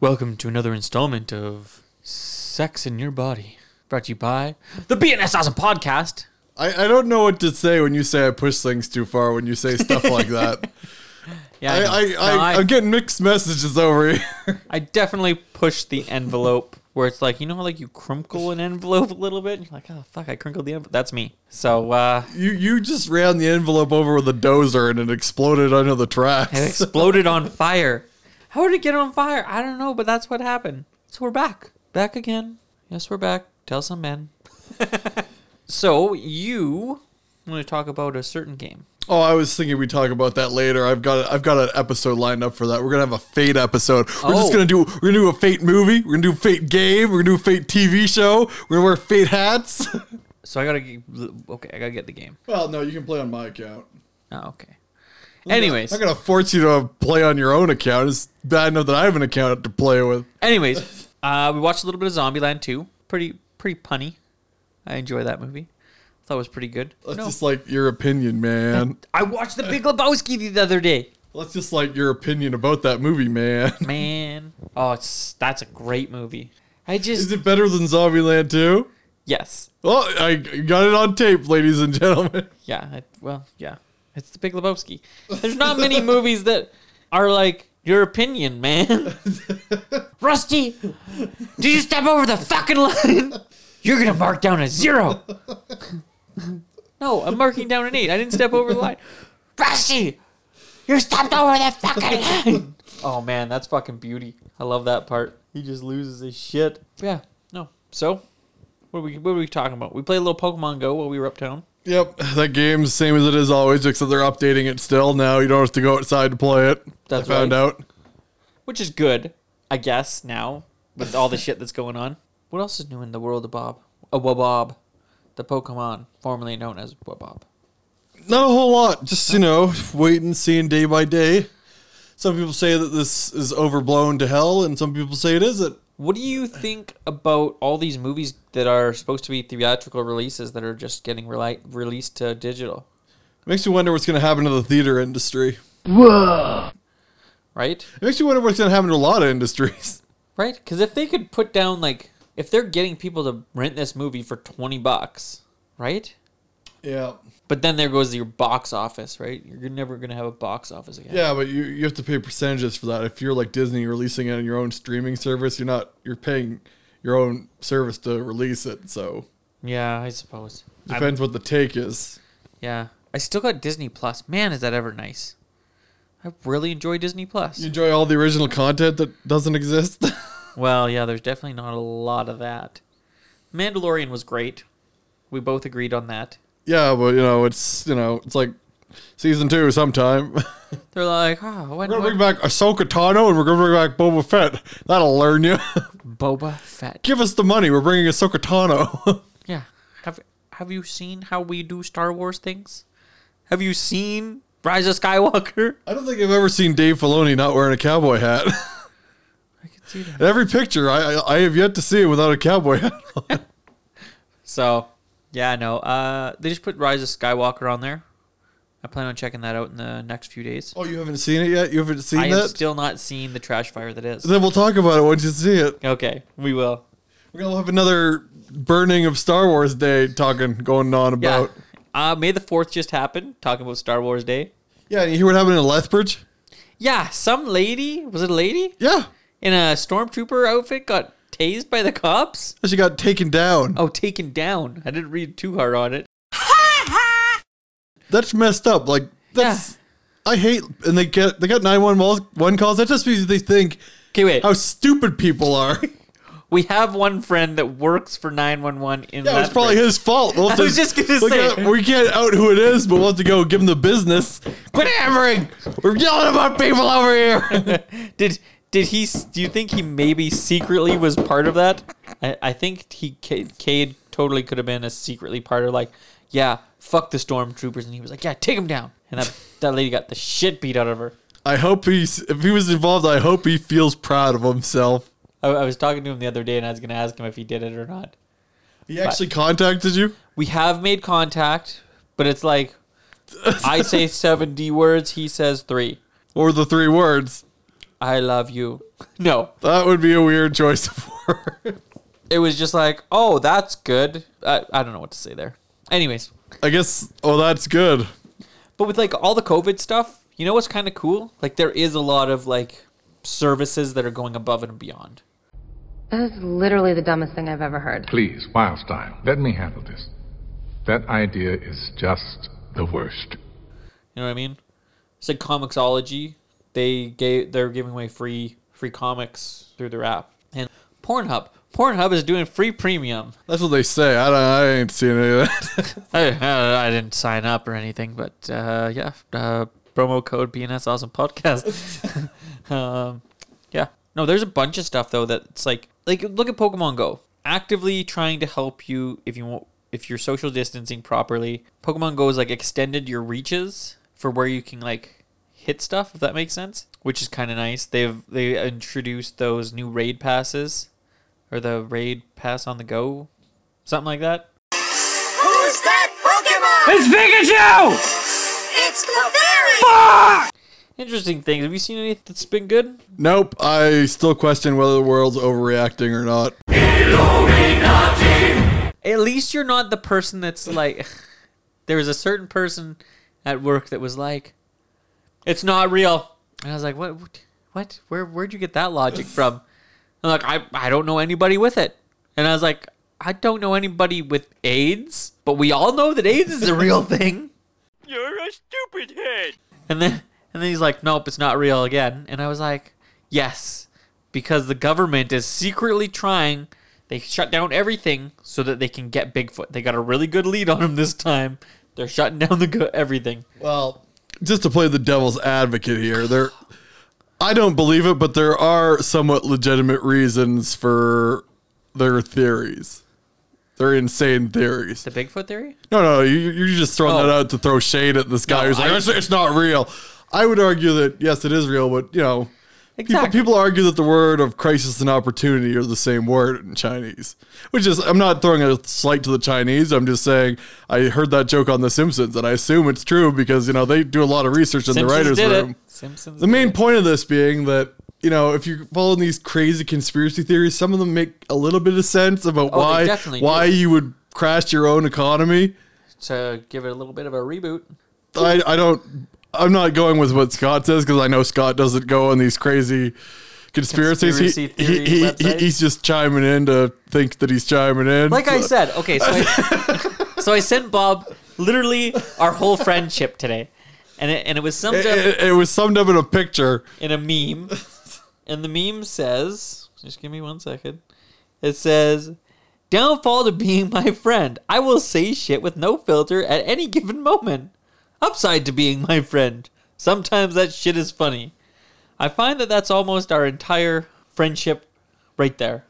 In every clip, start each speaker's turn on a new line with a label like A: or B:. A: Welcome to another installment of Sex in Your Body, brought to you by the BNS Awesome Podcast.
B: I, I don't know what to say when you say I push things too far when you say stuff like that.
A: Yeah,
B: I,
A: know.
B: I,
A: No,
B: I, I, am getting mixed messages over here.
A: I definitely push the envelope where it's like, you know how like you crinkle an envelope a little bit? And you're like, oh, fuck, I crinkled the envelope. That's me. So uh,
B: you you just ran the envelope over with a dozer and it exploded under the
A: it
B: tracks.
A: exploded on fire. How did it get on fire? I don't know, but that's what happened. So we're back. Back again. Yes, we're back. Tell some men. so you want to talk about a certain game.
B: Oh, I was thinking we'd talk about that later. I've got I've got an episode lined up for that. We're gonna have a fate episode.
A: Oh.
B: We're just gonna do we're gonna do a fate movie. We're gonna do a fate game. We're gonna do a fate TV show. We're gonna wear fate hats.
A: So I gotta g- okay, I gotta get the game.
B: well, no, you can play on my account.
A: Oh, okay. Anyways,
B: I'm not gonna force you to play on your own account. It's bad enough that I have an account to play with.
A: anyways, uh, we watched a little bit of Zombieland 2. Pretty pretty punny. I enjoy that movie. Thought it was pretty good.
B: That's
A: No,
B: just like your opinion, man.
A: I watched The Big Lebowski the other day.
B: That's just like your opinion about that movie, man.
A: Man, oh, it's that's a great movie. I
B: Is
A: just
B: it better than Zombieland 2?
A: yes,
B: Well, I got it on tape, ladies and gentlemen.
A: yeah. I, well, yeah. It's The Big Lebowski. There's not many movies that are like your opinion, man. Rusty, did you step over the fucking line? You're gonna mark down a zero. no, I'm marking down an eight. I didn't step over the line. Rusty, you stepped over the fucking line. oh man, that's fucking beauty. I love that part. He just loses his shit. Yeah. No. So, what are we what are we talking about? We played a little Pokemon Go while we were uptown.
B: Yep, that game's same as it is always, except they're updating it still now. You don't have to go outside to play it.
A: That's
B: I found
A: right.
B: out.
A: which is good, I guess. Now with all the shit that's going on, what else is new in the world of Bob? A Wabob, the Pokemon formerly known as Wabob.
B: Not a whole lot. Just, you know, waiting, seeing day by day. Some people say that this is overblown to hell, and some people say it isn't.
A: What do you think about all these movies that are supposed to be theatrical releases that are just getting reli- released to digital?
B: Makes you wonder what's going to happen to the theater industry.
A: Right,
B: It makes you wonder what's going to happen to a lot of industries.
A: right. Because if they could put down like, if they're getting people to rent this movie for twenty bucks, right?
B: Yeah.
A: But then there goes your box office, right? You're never gonna have a box office again.
B: Yeah, but you, you have to pay percentages for that. If you're like Disney releasing it on your own streaming service, you're not you're paying your own service to release it. So
A: yeah I suppose.
B: depends what the take is.
A: Yeah. I still got Disney Plus. Man, is that ever nice. I really enjoy Disney
B: You
A: Plus.
B: enjoy all the original content that doesn't exist.
A: Well, yeah, there's definitely not a lot of that. Mandalorian was great. We both agreed on that.
B: yeah, but you know it's you know it's like season two sometime. we're
A: They're like, oh, when,
B: gonna bring
A: when
B: back Ahsoka Tano and we're gonna bring back Boba Fett. That'll learn you.
A: Boba Fett.
B: Give us the money. We're bringing Ahsoka Tano.
A: Yeah. Have Have you seen how we do Star Wars things? Have you seen Rise of Skywalker?
B: I don't think I've ever seen Dave Filoni not wearing a cowboy hat.
A: I can see that.
B: In every picture, I, I I have yet to see him without a cowboy hat. on.
A: So, yeah, no. Uh, they just put Rise of Skywalker on there. I plan on checking that out in the next few days.
B: Oh, you haven't seen it yet? You haven't seen
A: I am
B: that?
A: still not seeing the trash fire that is.
B: then we'll talk about it once you see it.
A: Okay, we will.
B: We're going to have another burning of Star Wars Day talking going on
A: Yeah.
B: about.
A: Uh, May the 4th just happened, talking about Star Wars Day.
B: Yeah, and you hear what happened in Lethbridge?
A: Yeah, some lady, was it a lady?
B: Yeah.
A: In a stormtrooper outfit got tased by the cops?
B: She got taken down.
A: Oh, taken down. I didn't read too hard on it.
B: That's messed up. Like, that's.
A: Yeah.
B: I hate. And they get they got 911 calls. That just means they think
A: Okay, wait.
B: how stupid people are.
A: We have one friend that works for 911 in
B: Yeah, it's
A: Lethbridge.
B: probably his fault. We'll have
A: I was just gonna
B: we
A: say.
B: can't- we can't out who it is, but we'll have to go give him the business. Quit hammering! We're yelling about people over here.
A: Did did he? s- Do you think he maybe secretly was part of that? I, I think he Ca- Cade totally could have been a secretly part of like, yeah, fuck the stormtroopers, and he was like, yeah, take him down, and that that lady got the shit beat out of her.
B: I hope he's if he was involved. I hope he feels proud of himself.
A: I, I was talking to him the other day, and I was gonna ask him if he did it or not.
B: He actually contacted you.
A: We have made contact, but it's like, I say seven D words, he says three.
B: Or the three words.
A: I love you. No,
B: That would be a weird choice of word.
A: it was just like, oh, that's good. I, I don't know what to say there. Anyways,
B: I guess. Oh, that's good.
A: but with like all the COVID stuff, you know what's kind of cool? Like there is a lot of like services that are going above and beyond.
C: That is literally the dumbest thing I've ever heard.
D: Please, Wildstein, let me handle this. That idea is just the worst.
A: You know what I mean? It's like Comixology. They gave they're giving away free free comics through their app and Pornhub. Pornhub is doing free premium.
B: That's what they say. I don't. I ain't seen any of that.
A: I, Oh, uh, I, I didn't sign up or anything, but uh, yeah, uh, promo code BNS Awesome Podcast. um, yeah, no, there's a bunch of stuff though that's like like look at Pokemon Go actively trying to help you if you want if you're social distancing properly. Pokemon Go has like extended your reaches for where you can like hit stuff if that makes sense, which is kind of nice. They've they introduced those new raid passes or the raid pass on the go, something like that.
E: Who's that Pokemon?
F: It's Pikachu!
E: It's Clefairy!
A: Interesting things. Have you seen anything that's been good?
B: nope. I still question whether the world's overreacting or not.
A: At least you're not the person that's like. there was a certain person at work that was like, "It's not real," and I was like, "What? what- What? Where? Where'd you get that logic from?" And like, I I don't know anybody with it, and I was like, I don't know anybody with AIDS, but we all know that AIDS is a real thing.
F: You're a stupid head!
A: And then and then he's like, "Nope, it's not real again." And I was like, "Yes, because the government is secretly trying. They shut down everything so that they can get Bigfoot. They got a really good lead on him this time. They're shutting down the go- everything.
B: Well, just to play the devil's advocate here, there I don't believe it, but there are somewhat legitimate reasons for their theories. They're insane theories.
A: The Bigfoot theory?
B: No, no, you, you're just throwing
A: Oh.
B: that out to throw shade at this guy
A: No,
B: who's like,
A: I-
B: it's, it's not real. I would argue that, yes, it is real, but, you know,
A: Exactly.
B: people, people argue that the word of crisis and opportunity are the same word in Chinese, which is, I'm not throwing a slight to the Chinese. I'm just saying I heard that joke on The Simpsons, and I assume it's true because, you know, they do a lot of research in the writer's
A: did
B: room.
A: it. Simpsons.
B: The main point of this being that you know if you're following these crazy conspiracy theories, some of them make a little bit of sense about
A: Oh, they
B: why
A: definitely
B: why
A: do.
B: you would crash your own economy.
A: to give it a little bit of a reboot.
B: I, I don't. I'm not going with what Scott says because I know Scott doesn't go on these crazy conspiracies. He-
A: Conspiracy
B: he,
A: theory
B: he- he-
A: websites.
B: he's just chiming in to think that he's chiming in.
A: Like I
B: So-
A: said, okay, so I, so I sent Bob literally our whole friendship today, and it, and it was summed
B: It,
A: up
B: it- it was summed up in a picture.
A: in a meme, and the meme says, "Just give me one second. It says, "Downfall to being my friend. I will say shit with no filter at any given moment. Upside to being my friend. Sometimes that shit is funny. I find that that's almost our entire friendship, right there.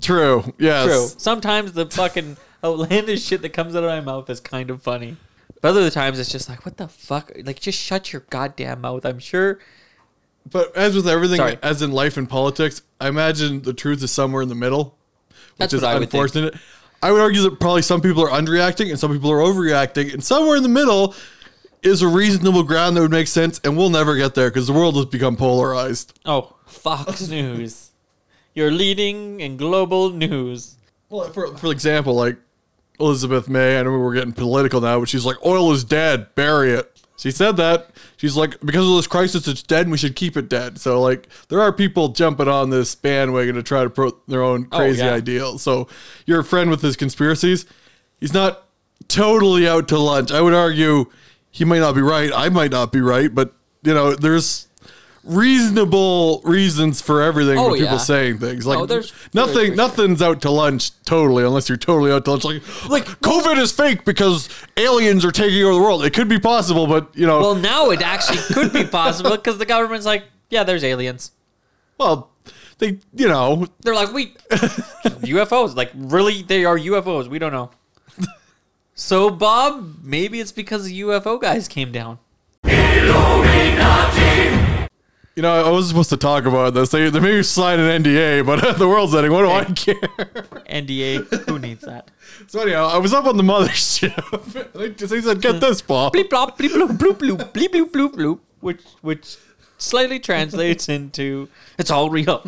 B: True.
A: True.
B: Yes.
A: Sometimes the fucking outlandish shit that comes out of my mouth is kind of funny. But other times it's just like, what the fuck? Like, just shut your goddamn mouth. I'm sure
B: But as with everything,
A: Sorry.
B: as in life and politics, I imagine the truth is somewhere in the middle.
A: that's
B: which
A: what I
B: is
A: would think.
B: unfortunate. I would argue that probably some people are underreacting and some people are overreacting, and somewhere in the middle is a reasonable ground that would make sense, and we'll never get there because the world has become polarized.
A: Oh, Fox News. You're leading in global news.
B: Well, for, for example, like Elizabeth May, I know we're getting political now, but she's like, oil is dead, bury it. She said that. She's like, because of this crisis, it's dead and we should keep it dead. So, like, there are people jumping on this bandwagon to try to promote their own crazy
A: Oh, yeah.
B: ideals. So, your friend with his conspiracies, he's not totally out to lunch. I would argue he might not be right. I might not be right, but, you know, there's reasonable reasons for everything
A: Oh,
B: when people
A: yeah.
B: saying things. Like,
A: Oh, there's-
B: nothing,
A: there's-
B: nothing's out to lunch totally unless you're totally out to lunch like like covid is fake because aliens are taking over the world it could be possible but you know
A: Well,
B: well,
A: now it actually could be possible because the government's like, yeah, there's aliens.
B: they you know
A: They're like, we UFOs. Like, really, they are UFOs. We don't know. So, Bob, maybe it's because the UFO guys came down.
B: you know i was supposed to talk about this they, they maybe sign an nda but the world's ending what do i care
A: NDA, who needs that?
B: so anyhow i was up on the
A: Hmm.
B: mothership they, just, they said get this paul
A: Bleep blop, bleep bloop, bloop bloop, bleep bloop bloop bloop. Which which slightly translates into it's all real.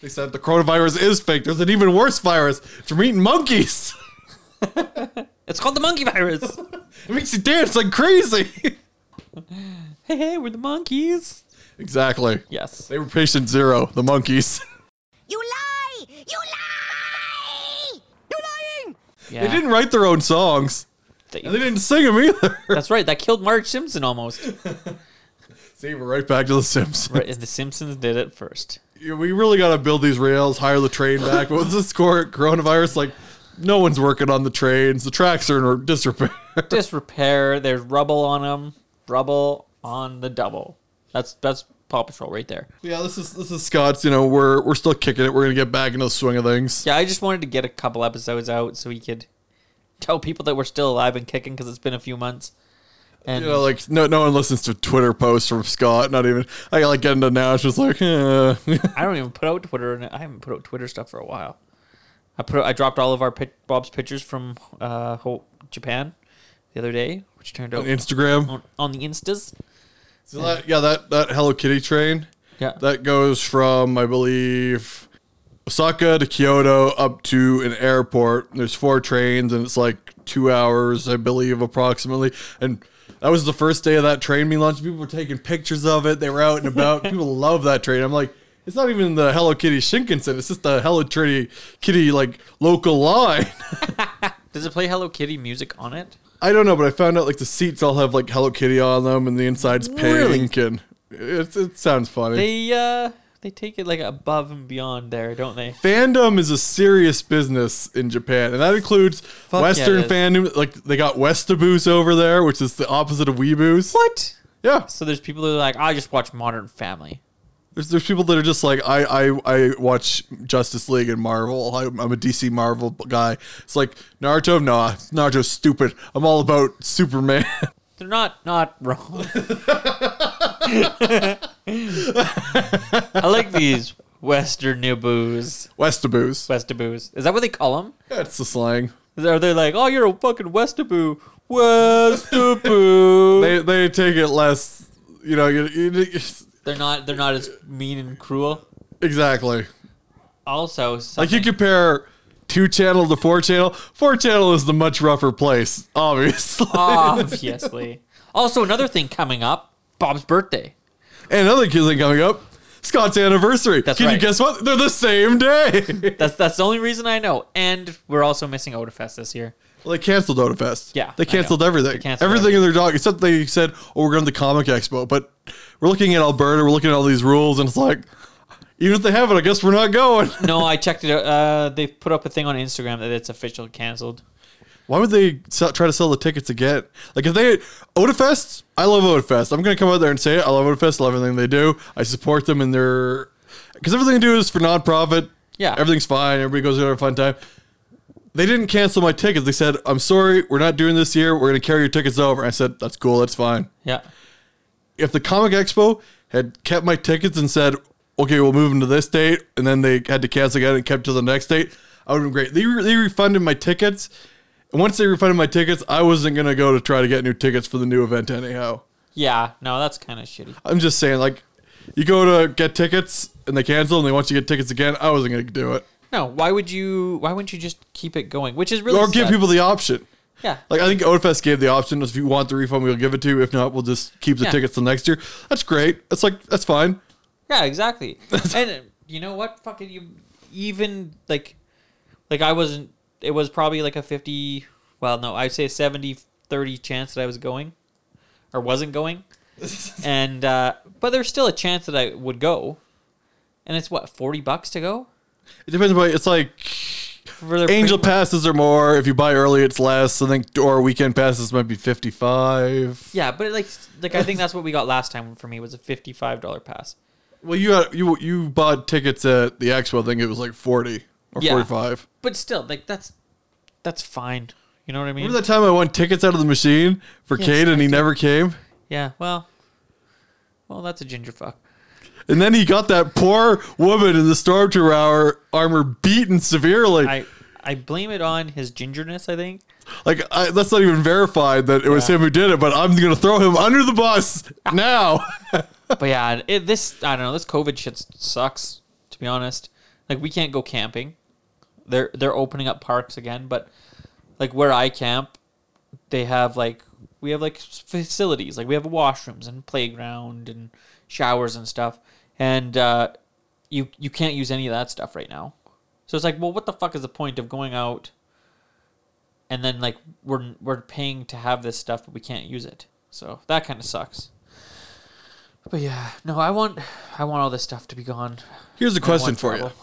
B: They said the coronavirus is fake. There's an even worse virus from eating monkeys.
A: It's called the monkey virus.
B: It makes you dance like crazy.
A: hey, hey, we're the monkeys.
B: exactly.
A: Yes.
B: They were patient zero, the monkeys.
E: You lie! You lie! You're lying!
A: Yeah.
B: They didn't write their own songs.
A: They-
B: And they didn't sing them either.
A: that's right. That killed Marge Simpson almost.
B: See, we're right back to The Simpsons.
A: right, and the Simpsons did it first.
B: Yeah, We really got to build these rails, hire the train back. But with this cor- coronavirus, like, no one's working on the trains. The tracks are in disrepair.
A: Disrepair. There's rubble on them. Rubble on the double. That's that's Paw Patrol right there.
B: yeah, this is this is Scott's. You know, we're we're still kicking it. We're gonna get back into the swing of things.
A: Yeah, I just wanted to get a couple episodes out so we could tell people that we're still alive and kicking because it's been a few months. And
B: You know, like no no one listens to Twitter posts from Scott. Not even I like get into now. It's just like eh.
A: I don't even put out Twitter, and I haven't put out Twitter stuff for a while. I put I dropped all of our pic, Bob's pictures from uh, Ho- Japan the other day, which turned out
B: on Instagram.
A: on, on the Instas.
B: So that, yeah, that that Hello Kitty train
A: Yeah,
B: that goes from I believe Osaka to Kyoto up to an airport. There's four trains and it's like two hours, I believe, approximately. And that was the first day of that train being launched. People were taking pictures of it. They were out and about. People love that train. I'm like. It's not even the Hello Kitty Shinkansen. It's just the Hello Kitty, Kitty like local line.
A: does it play Hello Kitty music on it?
B: I don't know, but I found out like the seats all have like Hello Kitty on them, and the inside's pink,
A: Really?
B: and it, it sounds funny.
A: They uh they take it like above and beyond there, don't they?
B: fandom is a serious business in Japan, and that includes
A: yeah,
B: Western
A: it is.
B: fandom. Like they got Westaboos over there, which is the opposite of Weeboos.
A: What?
B: Yeah,
A: So there's people that are like, I just watch Modern Family.
B: there's, there's people that are just like I, I I watch Justice League and Marvel. I, I'm a DC Marvel guy. It's like Naruto. Nah, Naruto's stupid. I'm all about Superman.
A: They're not not wrong. I like these Western Niboos,
B: Westaboos.
A: Westaboos. Is that what they call them?
B: That's the slang.
A: Are they like, oh, you're a fucking Westaboo? Westaboo.
B: They they take it less. You know. You, you,
A: they, are not. They're not as mean and cruel.
B: exactly.
A: Also,
B: Like you
A: something-
B: compare two channel to four channel. Four channel is the much rougher place, obviously.
A: Uh, obviously. also, another thing coming up: Bob's birthday.
B: and another kid thing coming up. Scott's anniversary.
A: That's
B: Can you
A: right.
B: guess what? They're the same day.
A: That's that's the only reason I know. And we're also missing Odafest this year.
B: well, they canceled Odafest.
A: Yeah,
B: They
A: I
B: canceled
A: know.
B: everything.
A: They canceled
B: everything in their dog, except they said, oh, we're going to the Comic Expo. But we're looking at Alberta, we're looking at all these rules, and it's like, even if they have it, I guess we're not going.
A: No, I checked it. out. Uh, they put up a thing on Instagram that it's official canceled.
B: Why would they sell, try to sell the tickets again? Like if they Odafest, I love Odafest. I'm gonna come out there and say it. I love Odafest. I love everything they do. I support them in their because everything they do is for nonprofit.
A: Yeah.
B: everything's fine. Everybody goes there have a fun time. They didn't cancel my tickets. They said, "I'm sorry, we're not doing this year. We're gonna carry your tickets over." I said, "That's cool. That's fine."
A: Yeah.
B: If the Comic Expo had kept my tickets and said, "Okay, we'll move them to this date," and then they had to cancel again and kept to the next date, I would have been great. They, re- they refunded my tickets and once they refunded my tickets, I wasn't gonna go to try to get new tickets for the new event anyhow.
A: Yeah. No, that's kind of shitty.
B: I'm just saying, like, you go to get tickets and they cancel, and they want you to get tickets again. I wasn't gonna do it,
A: No, why would you? Why wouldn't you just keep it going? Which is really
B: or give
A: sad.
B: people the option.
A: Yeah.
B: Like, I think Odefest gave the option: if you want the refund, we'll give it to you. If not, we'll just keep the
A: Yeah.
B: tickets till next year. That's great. It's like that's fine.
A: Yeah, exactly. and uh, you know what? Fucking you. Even like, like I wasn't. It was probably like a fifty. Well, no, I'd say a 70, 30 chance that I was going, or wasn't going. and uh but there's still a chance that I would go. And it's what forty bucks to go
B: It depends. But it's like
A: for their
B: angel
A: premium-
B: passes are more. If you buy early, it's less. I think or weekend passes might be fifty-five.
A: Yeah, but like, like I think that's what we got last time for me was a fifty-five dollar pass.
B: Well, you had, you you bought tickets at the expo. I think it was like forty or
A: Yeah.
B: forty-five.
A: But still, like that's that's fine. You know what I mean?
B: Remember that time I won tickets out of the machine for
A: Yes,
B: Cade and
A: I
B: he
A: do.
B: never came?
A: yeah. Well, well, that's a ginger fuck.
B: And then he got that poor woman in the Stormtrooper hour armor beaten severely.
A: I I blame it on his gingerness. I think.
B: like, I, that's not even verified that it was him who did it, but I'm going to throw him under the bus now.
A: but yeah, it, this I don't know. This COVID shit sucks. To be honest, like we can't go camping. They're they're opening up parks again, but like where I camp, they have like we have like facilities. Like we have washrooms and playground and showers and stuff. And uh, you you can't use any of that stuff right now. So it's like, well, what the fuck is the point of going out? And then like we're we're paying to have this stuff, but we can't use it. So that kind of sucks. But yeah, no, I want I want all this stuff to be gone.
B: Here's
A: I
B: a
A: want
B: question for you.
A: travel.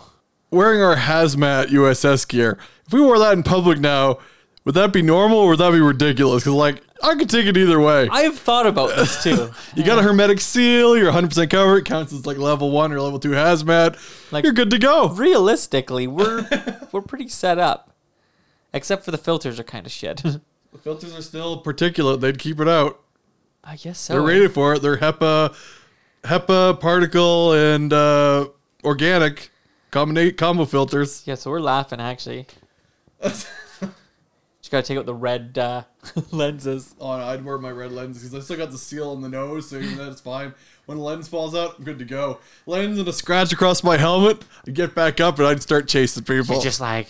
B: Wearing our hazmat USS gear, if we wore that in public now, would that be normal or would that be ridiculous? Because, like, I could take it either way.
A: I've thought about this too.
B: you got a hermetic seal, you're 100% covered, it counts as like level one or level two hazmat.
A: Like-
B: you're good to go.
A: Realistically, we're we're pretty set up, except for the filters are kind of shit.
B: The filters are still particulate, they'd keep it out.
A: I guess so.
B: They're rated for it. They're HEPA, HEPA particle and uh, organic combina- combo filters.
A: Yeah, so we're laughing actually. Just gotta take out the red uh, lenses.
B: on. I'd wear my red lenses because I still got the seal on the nose, so even that's fine. When the lens falls out, I'm good to go. Lens and a scratch across my helmet, I'd get back up and I'd start chasing people.
A: You're just
B: Just,
A: like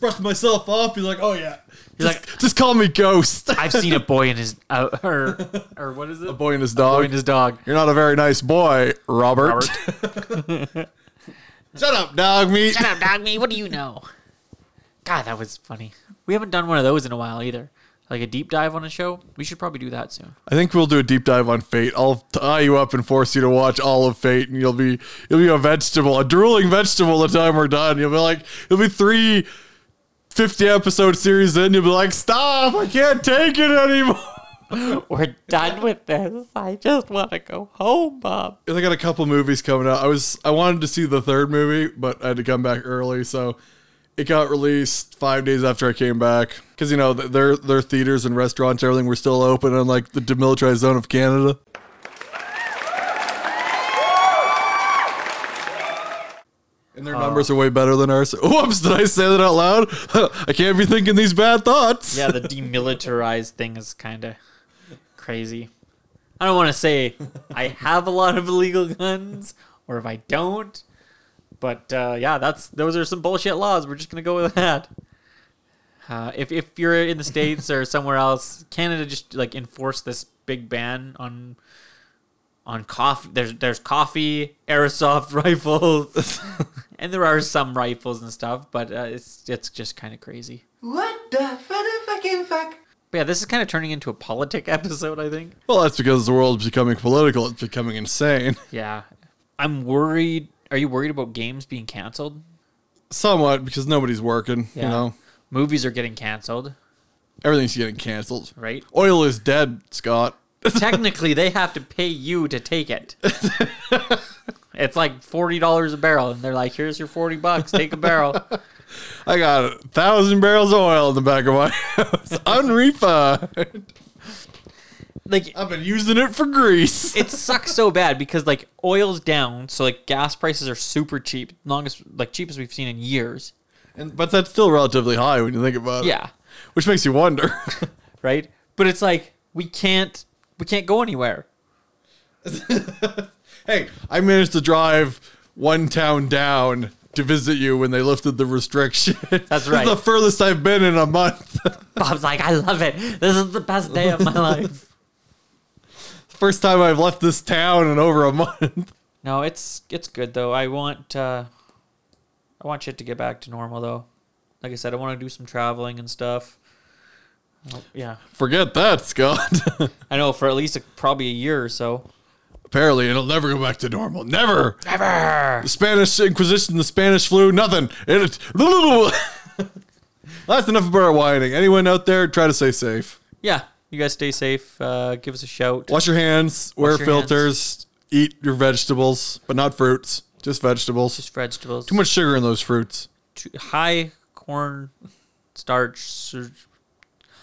B: brush myself off. Be like, oh yeah.
A: You're
B: just, just call me Ghost.
A: I've seen a boy and his uh, or or what is it? A
B: boy and his dog.
A: boy and his dog.
B: You're not a very nice boy, Robert. Shut up, dog meat.
A: Shut up, dog me. What do you know? God, that was funny. We haven't done one of those in a while either. Like a deep dive on a show. We should probably do that soon.
B: I think we'll do a deep dive on Fate. I'll tie you up and force you to watch all of Fate, and you'll be you'll be a vegetable, a drooling vegetable. The time we're done, you'll be like, it'll be three 50 episode series in. You'll be like, stop! I can't take it anymore.
A: We're done with this. I just want to go home, Bob.
B: I got a couple movies coming out. I was I wanted to see the third movie, but I had to come back early, so it got released five days after I came back because you know th- their their theaters and restaurants everything were still open in like the demilitarized zone of Canada. And their
A: Uh.
B: numbers are way better than ours. Whoops! Did I say that out loud? I can't be thinking these bad thoughts.
A: Yeah, the demilitarized thing is kind of crazy. I don't want to say I have a lot of illegal guns or if I don't, but uh, yeah, that's those are some bullshit laws. We're just gonna go with that. Uh, if if you're in the states or somewhere else, Canada just like enforced this big ban on on coffee. There's there's coffee, airsoft rifles, and there are some rifles and stuff, but uh, it's it's just kind of crazy.
G: What the fucking fuck?
A: But yeah, this is kind of turning into a politic episode, I think.
B: Well, that's because the world's becoming political. It's becoming insane.
A: Yeah. I'm worried. Are you worried about games being canceled?
B: Somewhat because nobody's working.
A: Yeah.
B: You know.
A: Movies are getting canceled,
B: Everything's getting canceled.
A: right?
B: Oil is dead, Scott.
A: Technically, they have to pay you to take it. it's like $40 a barrel, and they're like, here's your 40 bucks, take a barrel.
B: I got a thousand barrels of oil in the back of my house. Unrefined.
A: Like,
B: I've been using it for grease.
A: it sucks so bad because like oil's down, so like gas prices are super cheap, longest like cheapest we've seen in years.
B: And, but that's still relatively high when you think about it.
A: Yeah.
B: Which makes you wonder.
A: right? But it's like we can't we can't go anywhere.
B: hey, I managed to drive one town down to visit you when they lifted the restriction.
A: That's right.
B: the furthest I've been in a month.
A: Bob's like, I love it. This is the best day of my life.
B: First time I've left this town in over a month.
A: No, it's it's good though. I want uh I want shit to get back to normal though. Like I said, I want to do some traveling and stuff. Oh, yeah,
B: Forget that, Scott.
A: I know for at least a, probably a year or so.
B: Apparently, it'll never go back to normal. Never. Never. The Spanish Inquisition, the Spanish flu, nothing. It, That's enough about our whining. Anyone out there, try to stay safe.
A: Yeah, you guys stay safe. Uh, give us a shout.
B: Wash your hands, wear
A: your
B: filters, eat your vegetables, but not fruits, just vegetables.
A: Just vegetables.
B: Too much sugar in those fruits.
A: too- high corn starch. sur-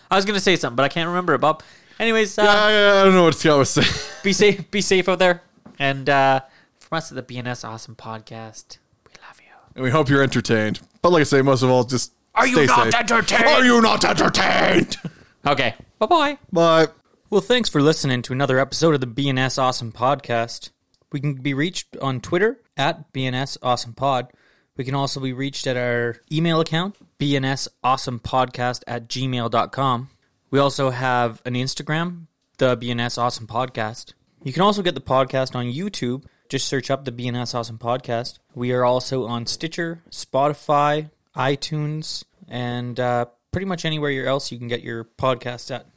A: I was gonna say something, but I can't remember it, Bob. Anyways, uh,
B: I, I don't know what Scott was saying.
A: be safe be safe out there and uh from us at the bns awesome podcast we love you
B: And we hope you're entertained. But like I say, most of all, just are
A: you not entertained?
B: Are you not entertained?
A: okay bye-bye
B: Bye.
H: Well, thanks for listening to another episode of the BNS Awesome Podcast.
A: We can be reached on Twitter at BNS Awesome Pod. We can also be reached at our email account, bnsawesomepodcast at gmail.com. We also have an Instagram, the BNS Awesome Podcast. You can also get the podcast on YouTube. Just search up the BNS Awesome Podcast. We are also on Stitcher, Spotify, iTunes, and uh, pretty much anywhere else you can get your podcast at.